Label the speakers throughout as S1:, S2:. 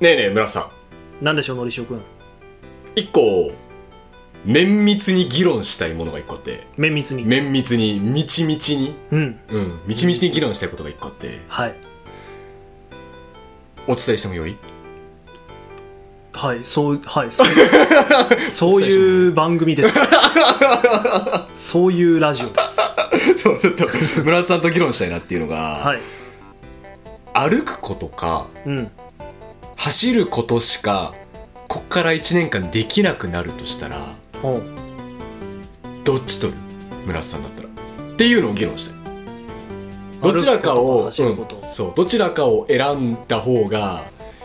S1: ねえねえ村瀬さん
S2: なんでしょう、のりしおくん。
S1: 一個綿密に議論したいものが一個あって
S2: 綿密に。
S1: 綿密にみちみちに
S2: うん。
S1: うんみちみちに議論したいことが一個あって
S2: はい。
S1: お伝えしてもよい
S2: はい、そう、はい、そういう、 そういう番組です。 そういうラジオです。
S1: そうちょっと村瀬さんと議論したいなっていうのが、
S2: はい。
S1: 歩くことか
S2: うん。
S1: 走ることしかこっから1年間できなくなるとしたら
S2: おう
S1: どっち取る村瀬さんだったらっていうのを議論したいどちらかを
S2: 歩くこと走ること
S1: うんそうどちらかを選んだ方が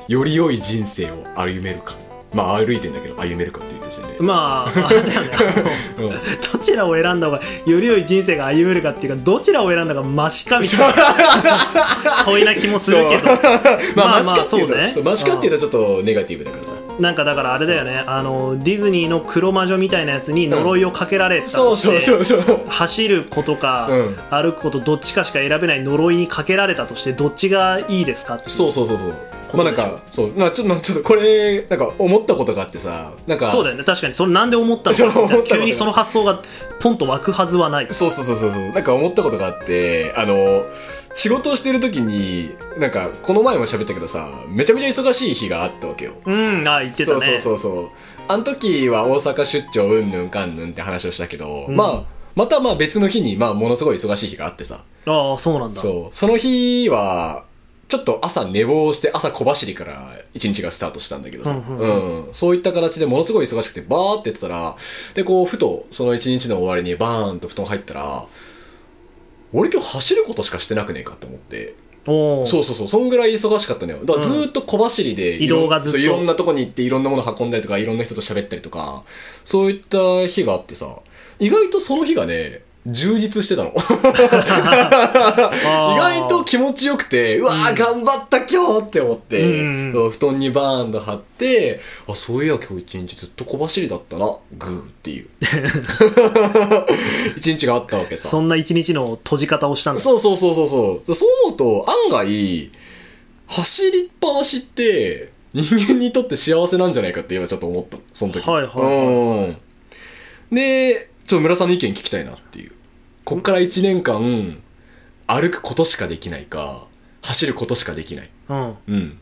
S1: より良い人生を歩めるかまあ歩いてんだけど歩めるかって言った時点で、
S2: まあ、あ れだよね。あ
S1: うん
S2: のどちらを選んだ方が、より良い人生が歩めるかっていうか、どちらを選んだかマシかみたいな 問いな気もするけど。
S1: まあ、
S2: ま
S1: マ
S2: あ
S1: シカっていうと
S2: まあそうね
S1: そうマシカっていうとちょっとネガティブだからさ
S2: なんかだからあれだよね。あの、ディズニーの黒魔女みたいなやつに呪いをかけられた
S1: そう
S2: として、
S1: そうそうそう
S2: 走ることか、
S1: うん
S2: 歩くことどっちかしか選べない呪いにかけられたとしてどっちがいいですかっていう
S1: そうそうそうそうまあなんかそうまあちょっとちょっとこれなんか思ったことがあってさなんか
S2: そうだよね確かにそれなんで思ったのかみたい
S1: そう思
S2: な
S1: ったの
S2: 急にその発想がポンと湧くはずはない
S1: そうそうそうそうそうなんか思ったことがあってあの仕事をしてる時になんかこの前も喋ったけどさめちゃめちゃ忙しい日があったわけよ
S2: うんあ言ってた
S1: そう
S2: ね
S1: そうそうそうあの時は大阪出張うんぬんかんぬんって話をしたけど、
S2: うん
S1: まあまたまあ別の日にまあものすごい忙しい日があってさ
S2: ああそうなんだ
S1: そうその日はちょっと朝寝坊して朝小走りから一日がスタートしたんだけどさ、
S2: うんうん
S1: うんそういった形でものすごい忙しくてバーってやってたらでこうふとその一日の終わりにバーンと布団入ったら俺今日走ることしかしてなくねえかと思って
S2: おー
S1: そうそうそう、そんぐらい忙しかったのよ。だからずーっと小走りで、
S2: 移動がずっと
S1: そういろんなとこに行って、いろんなもの運んだりとか、いろんな人と喋ったりとか、そういった日があってさ、意外とその日がね、充実してたの。
S2: あ
S1: 意
S2: ー
S1: 外と気持ちよくて、うわー、頑張った今日って思って、
S2: うんうんうん
S1: そう布団にバーンと張って、あ、そういや今日一日ずっと小走りだったな、グーって いう。一日があったわけさ。
S2: そんな一日の閉じ方をしたんだ
S1: そうそうそうそうそう。そう思うと、案外、走りっぱなしって、人間にとって幸せなんじゃないかって今ちょっと思った。その時。
S2: はいはいはい
S1: うん。で、ちょっと村さんの意見聞きたいなっていう。こっから1年間、歩くことしかできないか、走ることしかできない。
S2: うん
S1: うん。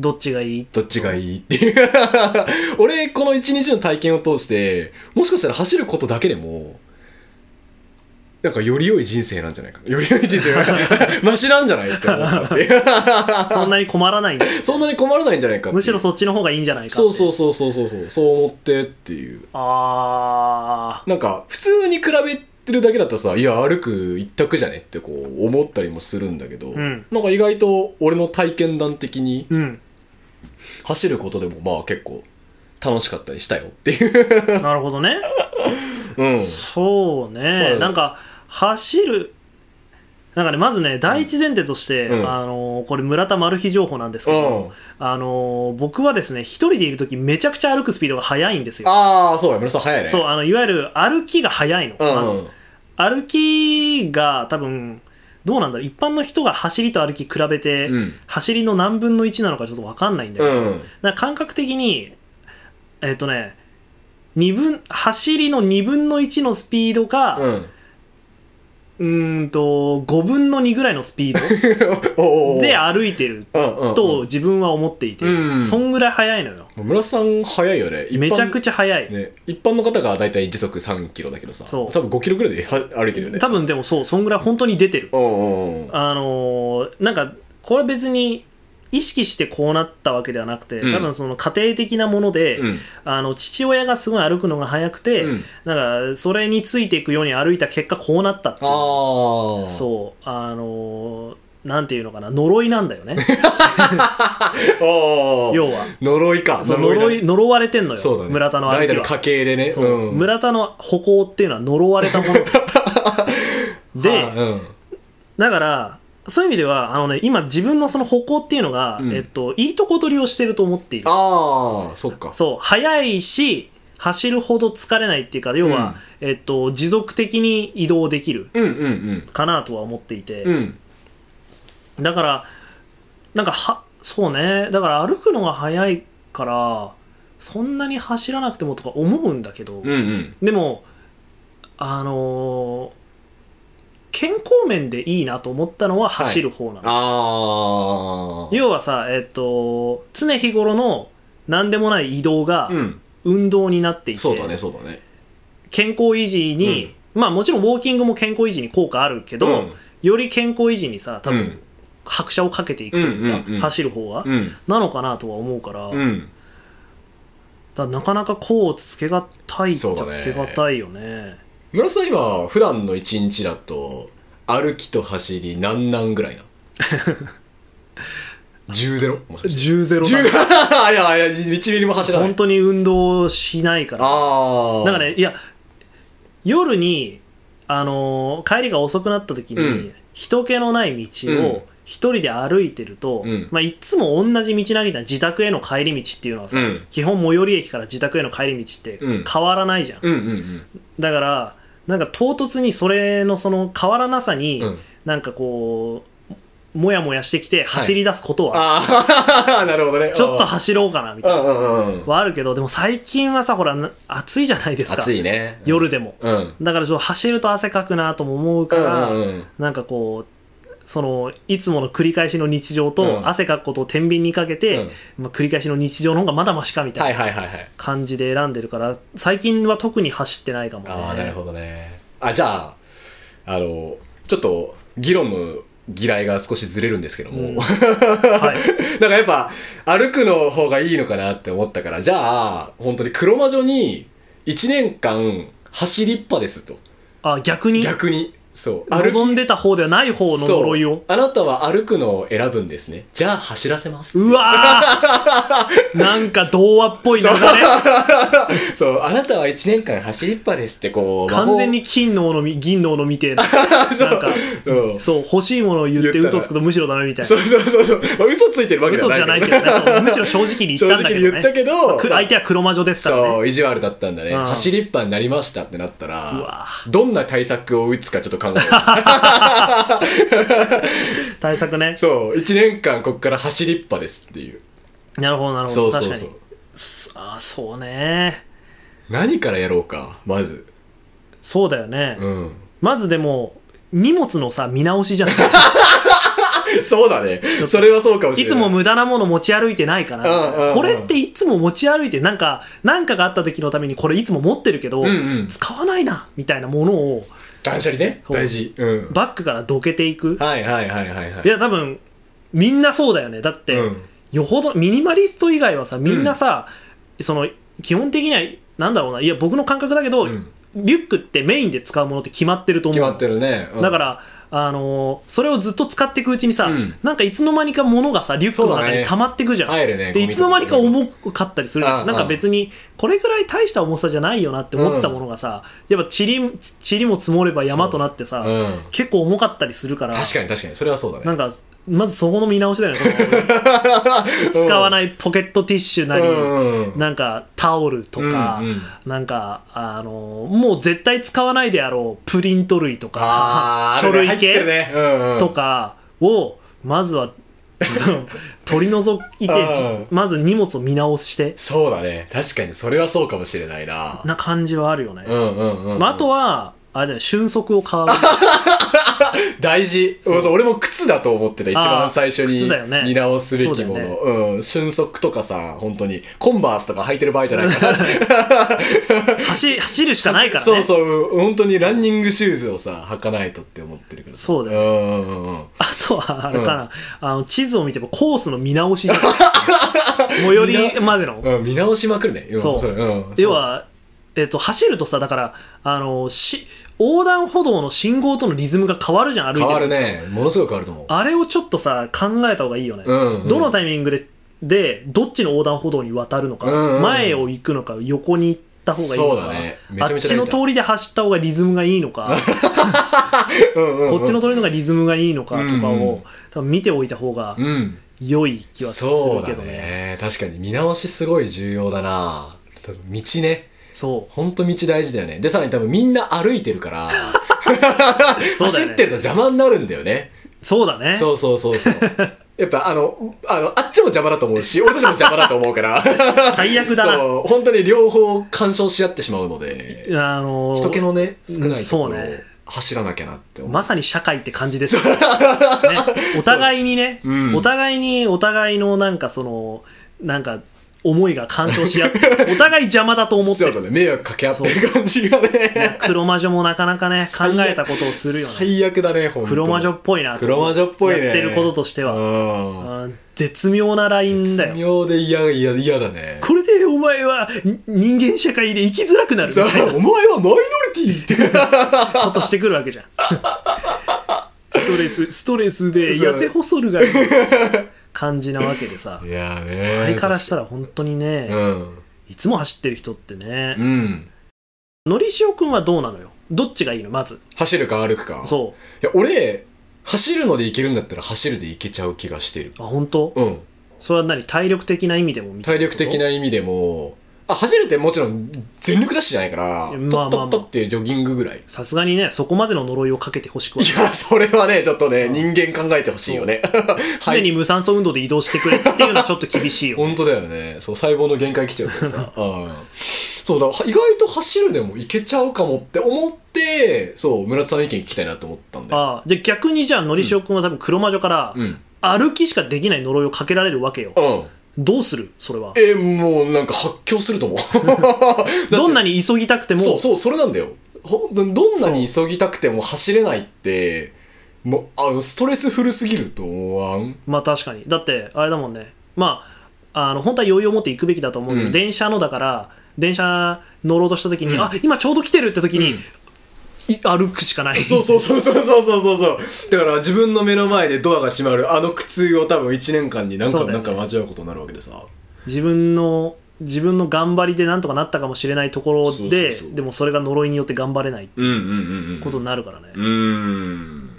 S2: どっちがいい
S1: どっちがい いっていう。俺、この1日の体験を通して、もしかしたら走ることだけでも、なんかより良い人生なんじゃないか。より良い 人生がマシなんじゃないって思ったって いう。
S2: そんなに困らないんだ
S1: そんなに困らないんじゃないかっていう
S2: むしろそっちの方がいいんじゃないかって
S1: そうそうそうそうそうそう。そう思ってっていう。
S2: あ
S1: なんか、普通に比べてるだけだったらさ、いや、歩く一択じゃねってこう思ったりもするんだけど、
S2: うん
S1: なんか意外と俺の体験談的に、
S2: ーうん
S1: 走ることでもまあ結構楽しかったりしたよっていう。
S2: なるほどね
S1: うん。
S2: そうね、
S1: はい
S2: なんか走るなんかねまずね第一前提として、
S1: うん
S2: あのーこれ村田マル秘情報なんですけど、あのー僕はですね一人でいる時めちゃくちゃ歩くスピードが速いんですよ
S1: ああ、そうや、村さん早いね。
S2: そうあのいわゆる歩きが速いの、
S1: うん
S2: まず歩きが多分どうなんだろう一般の人が走りと歩き比べて、
S1: うん
S2: 走りの何分の1なのかちょっと分かんないんだ
S1: う
S2: けど、
S1: ん。
S2: なんか感覚的にえっ、とね二分走りの2分の1のスピードが、
S1: うん。
S2: うーんと5分の2ぐらいのスピー
S1: お おお
S2: ドで歩いてる
S1: うんうんうん
S2: と自分は思っていて、
S1: うん
S2: そんぐらい速いのよ
S1: 村さん早いよね。
S2: めちゃく
S1: ち
S2: ちゃ速い、
S1: ゃ。ね、一般の方がだいたい時速3キロだけどさ、
S2: そう
S1: 多分5キロぐらいでは歩いてるよね。
S2: 多分でもそうそんぐらい本当に出てる
S1: おうんうん。
S2: あのーなんかこれ別に意識してこうなったわけではなくて、
S1: うん
S2: 多分その家庭的なもので、
S1: うん
S2: あの父親がすごい歩くのが速くて、
S1: うん
S2: なんかそれについていくように歩いた結果こうなったっていう
S1: ああ。
S2: そうあのーなんていうのかな呪いなんだ よね
S1: おー
S2: 要は
S1: 呪いか。
S2: そう呪
S1: だ
S2: い呪われてんのよ、
S1: そうだね。
S2: 村田の
S1: ラ
S2: 歩
S1: イダ
S2: き
S1: ル
S2: は
S1: 家系でね。
S2: そう
S1: うん
S2: 村田の歩行っていうのは呪わ れたもの
S1: は
S2: で
S1: いうん
S2: だからそういう意味ではあの、ね、今自分のその歩行っていうのが、
S1: うん
S2: えっと、いいとこ取りをしてると思っている
S1: ああ、そっか。
S2: そう速いし走るほど疲れないっていうか要は、えっと、持続的に移動できる
S1: うんうん
S2: かなとは思っていて、
S1: うん。うん。
S2: だからなんかはそうねだから歩くのが速いからそんなに走らなくてもとか思うんだけど、
S1: うんうん
S2: でもあのー健康面でいいなと思ったのは走る方なの、
S1: ああ
S2: 要はさえっ、と常日頃の何でもない移動が
S1: うん
S2: 運動になっていて、
S1: そうだねそうだね
S2: 健康維持に、まあもちろんウォーキングも健康維持に効果あるけど、
S1: うん
S2: より健康維持にさ多分、
S1: うん
S2: 拍車をかけていくというか、
S1: うんうんうん
S2: 走る方は、
S1: うん
S2: なのかなとは思うから,、だか
S1: うん
S2: らなかなかこうつけがたいっち
S1: そ
S2: ゃ
S1: うだね
S2: つけがたいよね
S1: 村瀬さん今普段の一日だと歩きと走り何なんぐらい な10ゼロもしかして
S2: 10ゼロ
S1: 10
S2: だ
S1: いやいや1ミリも走らない
S2: 本当に運動しないから
S1: ああ
S2: だからねいや夜にあのー帰りが遅くなった時に、
S1: うん
S2: 人気のない道
S1: うん
S2: を一人で歩いてると、
S1: うん
S2: まあ、いつも同じ道なげじゃん自宅への帰り道っていうのはさ、
S1: うん
S2: 基本最寄り駅から自宅への帰り道って
S1: うん
S2: 変わらないじゃん、
S1: うんうん
S2: だからなんか唐突にそれのその変わらなさに、
S1: うんうん
S2: なんかこうもやもやしてきて走り出すことは、
S1: ああ なるほどね
S2: ちょっと走ろうかなみた
S1: う
S2: いな、
S1: んうんうん
S2: はあるけどでも最近はさほらな暑いじゃないですか
S1: 暑いね
S2: 夜でも、
S1: うんうん
S2: だからちょっと走ると汗かくなとも思う
S1: う
S2: から、
S1: んうん
S2: なんかこうそのいつもの繰り返しの日常
S1: うん
S2: と汗かくことを天秤にかけて、
S1: うん
S2: まあ、繰り返しの日常の方がまだましかみた
S1: はいい
S2: な
S1: はいはいはい
S2: 感じで選んでるから最近は特に走ってないかもね
S1: ああなるほどねあじゃああのちょっと議論の嫌いが少しずれるんですけども、
S2: うんは い、
S1: なんかやっぱ歩くの方がいいのかなって思ったからじゃあ本当に黒魔女に1年間走りっぱですと
S2: あ逆に
S1: 逆にそう
S2: 望んでた方ではない方の呪い
S1: そう
S2: を
S1: あなたは歩くのを選ぶんですねじゃあ走らせます
S2: うわ ーなんか童話っぽいのがね
S1: そうあなたは1年間走りっぱですってこう魔法
S2: 完全に金の斧み銀の斧みてえななんか
S1: そう
S2: そう欲しいものを言って
S1: 言ったら
S2: 嘘つくとむしろダメみたい
S1: そ
S2: な
S1: うそうそうそう、まあ、嘘ついてるわけじゃ
S2: 嘘
S1: ない
S2: じゃないけ
S1: ど
S2: どねそうむしろ正直に言
S1: 正
S2: ったん
S1: 直
S2: だけ
S1: に
S2: ど
S1: 言った
S2: ね
S1: けど、
S2: く相手は黒魔女ですからね
S1: そう、意地悪だったんだね。
S2: うん
S1: 走りっぱになりましたってなったら、
S2: うわ
S1: どんな対策を打つかちょっと考えて。
S2: 対策ね
S1: そう、1年間こっから走りっぱですっていう。
S2: なるほどなるほ
S1: そ
S2: ど
S1: うそう
S2: 確
S1: そう
S2: かに。あーそうね
S1: 何からやろうか、まず。
S2: そうだよね
S1: うん。
S2: まずでも荷物のさ見直しじゃない
S1: そうだね。それはそうかもし
S2: い
S1: れな
S2: つ
S1: い。
S2: も無駄なもの持ち歩いてないか
S1: うんうんう
S2: ら
S1: ん
S2: これっていつも持ち歩いてなんかなんかがあった時のためにこれいつも持ってるけど、
S1: うんうん
S2: 使わないなみたいなものを
S1: 断捨離ね。
S2: そう
S1: 大事。うん。
S2: バッグからどけていく、、
S1: はいはいはいはいはいい。
S2: や多分みんなそうだよねだって、
S1: うん
S2: よほどミニマリスト以外はさみんなさ、その基本的にはなんだろうないや僕の感覚だけど、
S1: ん
S2: リュックってメインで使うものって決まってると思う
S1: 決まってるね。うん
S2: だから、あのーそれをずっと使っていくうちにさ、
S1: うん
S2: なんかいつの間にか物がさリュックの
S1: そう
S2: 中
S1: だ
S2: に
S1: ね
S2: 溜まってくじゃん、
S1: 入るね
S2: で
S1: ゴ
S2: い
S1: ミ
S2: つ
S1: と
S2: の
S1: か
S2: 間にか重かったりするじゃん、
S1: うん
S2: なんか別にこれぐらい大した重さじゃないよなって思ってたものがさ、やっぱ塵塵も積もれば山となってさ、
S1: うん。
S2: 結構重かったりするから
S1: 確かに確かに、それはそうだね。
S2: なんかまずそこの見直しだよねそ の使わないポケットティッシュなり、
S1: うんうん
S2: なんかタオルとか、
S1: うんうん
S2: なんかあのもう絶対使わないであろうプリント類と
S1: あ
S2: か
S1: ー
S2: 書類
S1: あれ入って
S2: 系、
S1: るね。うんうん
S2: とかをまずは 取り除いてじ
S1: うん
S2: まず荷物を見直して
S1: そうだね。確かに、それはそうかもしれないな。
S2: な感じはあるよね、
S1: うんうんうん。
S2: まあ、あとはあれだよ瞬足 を買う
S1: 大事
S2: そう
S1: そう俺も靴だと思ってた一番最初
S2: 靴
S1: に
S2: だよね
S1: 見直すべきもの、
S2: そう
S1: うん瞬足とかさ本当にコンバースとか履いてる場合じゃないから
S2: 走走るしかないからね
S1: そうそううん本当にランニングシューズをさ履かないとって思ってるから
S2: そうだよ
S1: よ、うんうんうん、
S2: あとはあれかな、あの地図を見てもコースの見直 し最寄りまでの
S1: うん見直しまくるねうん
S2: そう
S1: うん、
S2: 要は、えっと走るとさだからあのし横断歩道の信号とのリズムが変わるじゃん歩いて
S1: 変わるねものすごく変わると思う
S2: あれをちょっとさ考えた方がいいよね、
S1: うんうん
S2: どのタイミングででどっちの横断歩道に渡るのか、
S1: うんうん
S2: 前を行くのか横に行った方がいいの
S1: そう
S2: か、
S1: だねめち
S2: あ
S1: ゃ
S2: っ
S1: めちゃ
S2: ちの
S1: 大事だ
S2: 通りで走った方がリズムがいいの か
S1: うんうん
S2: こっちの通りのがリズムがいいのかとかを、
S1: うんうん
S2: 多分見ておいた方が
S1: うん
S2: 良い気はする
S1: そう
S2: け
S1: だ
S2: どね
S1: ね確かに見直しすごい重要だな道ね
S2: そう
S1: ほんと道大事だよね。で、さらに多分みんな歩いてるから、
S2: そうだ
S1: 走
S2: よね
S1: ってると邪魔になるんだよね。
S2: そうだね
S1: そうそうそうそう。やっぱあの、あの、あっちも邪魔だと思うし、俺たちも邪魔だと思うから、
S2: 最 悪だな
S1: そう、本当に両方干渉し合ってしまうので、
S2: あの
S1: 人気のね、少ないとこ
S2: そう
S1: ろを
S2: ね
S1: 走らなきゃなって思う。
S2: まさに社会って感じですよね。お互いにね、
S1: ううん
S2: お互いにお互いのなんかその、なんか思いが干渉し合 って、お互い邪魔だと思って
S1: そう
S2: る
S1: だ。ね、迷惑かけ合ってる感じがね、
S2: 黒魔女もなかなかね、考
S1: 最悪
S2: えたことを するよね。
S1: 最悪だね、ほんと
S2: 黒魔女っぽいなと
S1: 黒魔女っぽいね。
S2: やってることとしては。
S1: は。
S2: あー絶妙なラインだ
S1: 絶
S2: よ。
S1: 妙で嫌、嫌、嫌だね。
S2: これでお前はに人間社会で生きづらくなるみ
S1: さ
S2: た
S1: あ
S2: いな、
S1: お前はマイノリ ティって。
S2: ことしてくる わけじゃん。ストレス、ストレスで痩せ細るが いい感じなわけでさ。
S1: いやーね。
S2: あれからしたら本当にね、
S1: うん。
S2: いつも走ってる人ってね、
S1: うん。
S2: のりしおくんはどうなのよどっちがいいのまず。
S1: 走るか歩くか。い
S2: そ
S1: や、俺、走るので行けるんだったら走るで行けちゃう気がしてる。
S2: う。あ、本当
S1: うん。
S2: それは何体力的な意味でもみたい
S1: 体
S2: な
S1: 力
S2: こと
S1: 的な意味でも、あ、走るってもちろん全力ダッシュじゃないから、
S2: いやまあまあま
S1: と
S2: あ
S1: っとっとってジョギングぐらい。い
S2: さすがにね、そこまでの呪いをかけてほしくはない。
S1: や、それはね、ちょっとね、人間考えてほしいよね。は
S2: 常
S1: い。
S2: に無酸素運動で移動してくれっていうのはちょっと厳しいよ。
S1: 本当だよね。 そう、細胞の限界来ちゃうから さ。うん。そうだ、意外と走るでも行けちゃうかもって思って、そう、村田さんの意見聞きたいなと思ったんで。
S2: ああ、じゃあ逆にじゃあのりしおくんは多分黒魔女から、
S1: うん。
S2: 歩きしかできない呪いをかけられるわけよ。
S1: うん。
S2: どうするそれは。
S1: えーもうなんか発狂すると思う。
S2: どんなに急ぎたくても、
S1: そうそう、それなんだよ。ほんどんなに急ぎたくても走れないって、もう、あの、ストレスフルすぎると思わん。
S2: まあ確かに。だって、あれだもんね。まあ、あの、本当は余裕を持って行くべきだと思うけど、
S1: うん
S2: 電車のだから、電車乗ろうとした時に、
S1: うん
S2: あ、今ちょうど来てるって時に、
S1: うん
S2: い歩くしかない。
S1: そうそうそうそうそうそうそうそう。だから自分の目の前でドアが閉まる、あの苦痛を多分1年間に何
S2: そ
S1: 回
S2: う
S1: も
S2: だよ
S1: 何
S2: ね
S1: 回も味わうことになるわけでさ。
S2: 自分の、自分の頑張りでなんとかなったかもしれないところで、
S1: そうそうそう
S2: でもそれが呪いによって頑張れない
S1: うんうんうんうん。
S2: ことになるからね。
S1: うーん。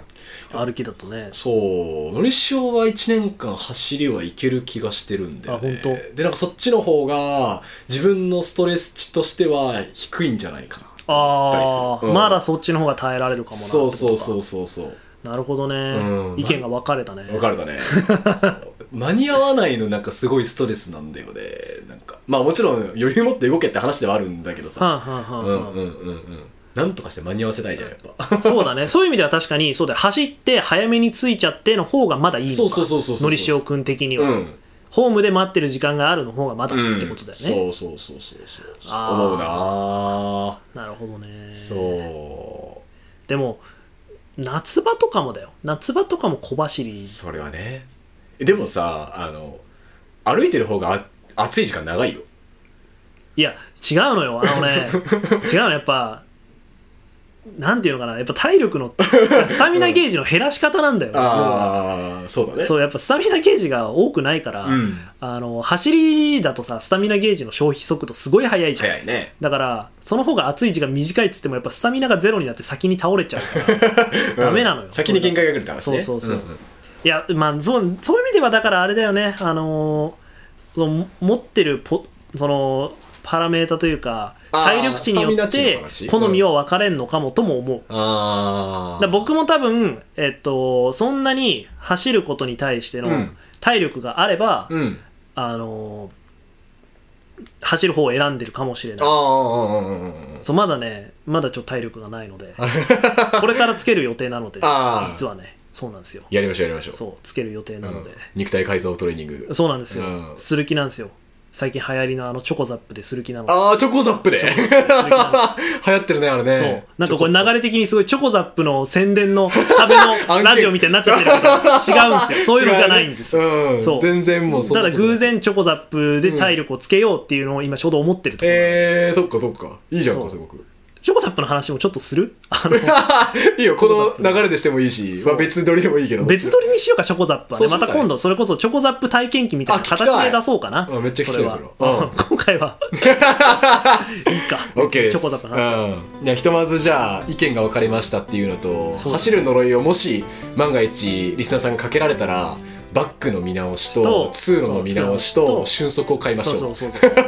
S2: 歩きだとね。
S1: そう、のりしおは1年間走りはいける気がしてるんだよ、ね。
S2: あ本
S1: で、なんかそっちの方が自分のストレス値としては低いんじゃないかな。
S2: ああ、
S1: うん
S2: まだそっちの方が耐えられるかもなって
S1: そうそうそううそうそう。
S2: なるほどね、
S1: うん
S2: 意見が分かれたね
S1: わかる だね。そう間に合わないのなんかすごいストレスなんだよね。なんか。まあもちろん余裕持って動けって話ではあるんだけど
S2: は
S1: さ。
S2: んはん
S1: う
S2: は
S1: んん
S2: は、
S1: うんんうんうん。なんとかして間に合わせたいじゃん、やっぱ。
S2: そうだね。そういう意味では確かに、そうだよ走って早めに着いちゃっての方がまだいいのか。
S1: そうそうそうそうそう
S2: のりしおくん的に
S1: う
S2: は、
S1: ん。
S2: ホームで待ってる時間があるの方がまだってことだよね。
S1: うんそうそうそうそうそう。
S2: あー
S1: 思うなあ
S2: なるほどね。
S1: そ
S2: でも、夏場とかもだよ。夏場とかも小走り
S1: う。。それはね。えでもさ、あの、歩いてる方があ暑い時間長いよ。
S2: いや、違うのよ。あのね、 違うの。やっぱ、なんていうのかな。やっぱ体力の、スタミナゲージの減らし方なんだよ。
S1: ああ、そうだね。
S2: そう、やっぱスタミナゲージが多くないから、
S1: うん。
S2: あの、走りだとさ、スタミナゲージの消費速度すごい速いじゃん。
S1: 早いね。
S2: だから、その方が暑い時間短いっつっても、やっぱスタミナがゼロになって先に倒れちゃうから、ダメなのよ。
S1: うん先に限界が来るって話ね。
S2: そうそうそうん
S1: ん
S2: いや、まあ、そう、そういう意味では、だからあれだよね、あのーその持ってるポ、その、パラメータというか、
S1: あー
S2: 体力値によっ
S1: スタミナ値の
S2: て
S1: 話、
S2: 好みは分かれんのかもとも思う。
S1: ああ。
S2: だから僕も多分、えっと、そんなに走ることに対して
S1: う
S2: の
S1: ん
S2: 体力があれば、
S1: うん。
S2: あのー走る方を選んでるかもしれない
S1: あ。あ、うんうんうんうん。
S2: そうまだねまだちょっと体力がないので これからつける予定なので
S1: あー
S2: 実はねそうなんですよ
S1: やりましょうやりましょう。
S2: そうつける予定なので
S1: うん、肉体改造トレーニング。
S2: そうなんですよ、
S1: うん
S2: する気なんですよ最近流行りのあのチョコザップでする気なので
S1: ああ、チョコザップで。 流行ってるね、あれ
S2: そ
S1: ね
S2: う。なんかこれ
S1: ちょ
S2: 流れ的にすごいチョコザップの宣 伝のための
S1: 案件
S2: ラジオみたいになっちゃってるけど違うんですよ
S1: っと
S2: そういうのじゃないんですよ、
S1: 違うねうん。
S2: そう
S1: 全然もうそん
S2: た
S1: なこ
S2: だ
S1: と
S2: 偶。然チョコザップで体力をつけようっていうのを今ちょうど思ってるところ、
S1: えー、そっかそっか。いいじゃん
S2: そ
S1: か、
S2: う
S1: すごく。
S2: チョコザップの話もちょっとするあの
S1: いいよ、この流れでしてもいいし、
S2: そ
S1: ま
S2: う
S1: あ別撮りでもいいけど。
S2: 別撮りにしようか、チョコザップはね。
S1: そう
S2: ま
S1: しようか
S2: た
S1: ね
S2: 今度、それこそチョコザップ体験記みたいな
S1: あ聞きた
S2: 形
S1: い
S2: で出そうかな。
S1: うんめっちゃ聞きたいそれは
S2: は 今回 は。いいか。
S1: オッケーです。
S2: チョコザップの話。
S1: うんいやひとまずじゃあ意見が分かれましたっていうのと、
S2: そう
S1: 走る呪いをもし万が一リスナーさんがかけられたらバックの見直しと
S2: と
S1: 通路の見直し
S2: そう
S1: と瞬足を買いましょう
S2: そうそうそう そう。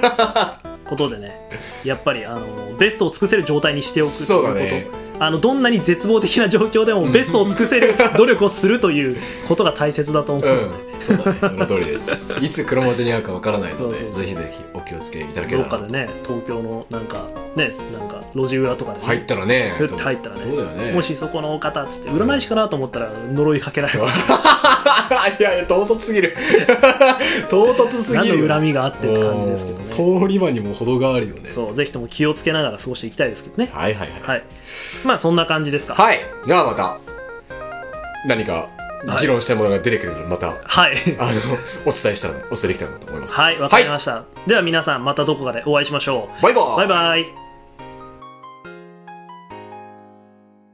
S2: ことでね、やっぱり、あの、ベストを尽くせる状態にしておくって
S1: そうだ
S2: いう
S1: ね
S2: こと。あのどんなに絶望的な状況でもベストを尽くせる努力をするということが大切だと思うので、
S1: うん、そうだね、その通り です。いつ黒文字に合うかわからないので、
S2: そうそうそう
S1: ぜひぜひお気をつけいただけ
S2: ど
S1: れ
S2: っ
S1: ば
S2: か
S1: な
S2: でね東京のなんかねなんか路地裏とかでね、
S1: 入ったらね、
S2: ふって入ったらね
S1: そうだよね。
S2: もしそこのお方っつって占い師かなと思ったら呪いかけられる
S1: いやいや、唐突すぎ る。唐突す
S2: 何
S1: ぎる。
S2: の恨みがあってって感じですけどね
S1: うん通り魔にも程があるよね。
S2: そうぜひとも気をつけながら過ごしていきたいですけどね
S1: はいはいはい。
S2: はいまあそんな感じですか
S1: はい。ではまた、何か議論したいものが出てくるので、また、
S2: はい
S1: あの、お伝えしたら、お伝えできたらなと思います。
S2: はいわかりました、では皆さんまたどこかでお会いしましょう
S1: バイバーイ
S2: バイバイ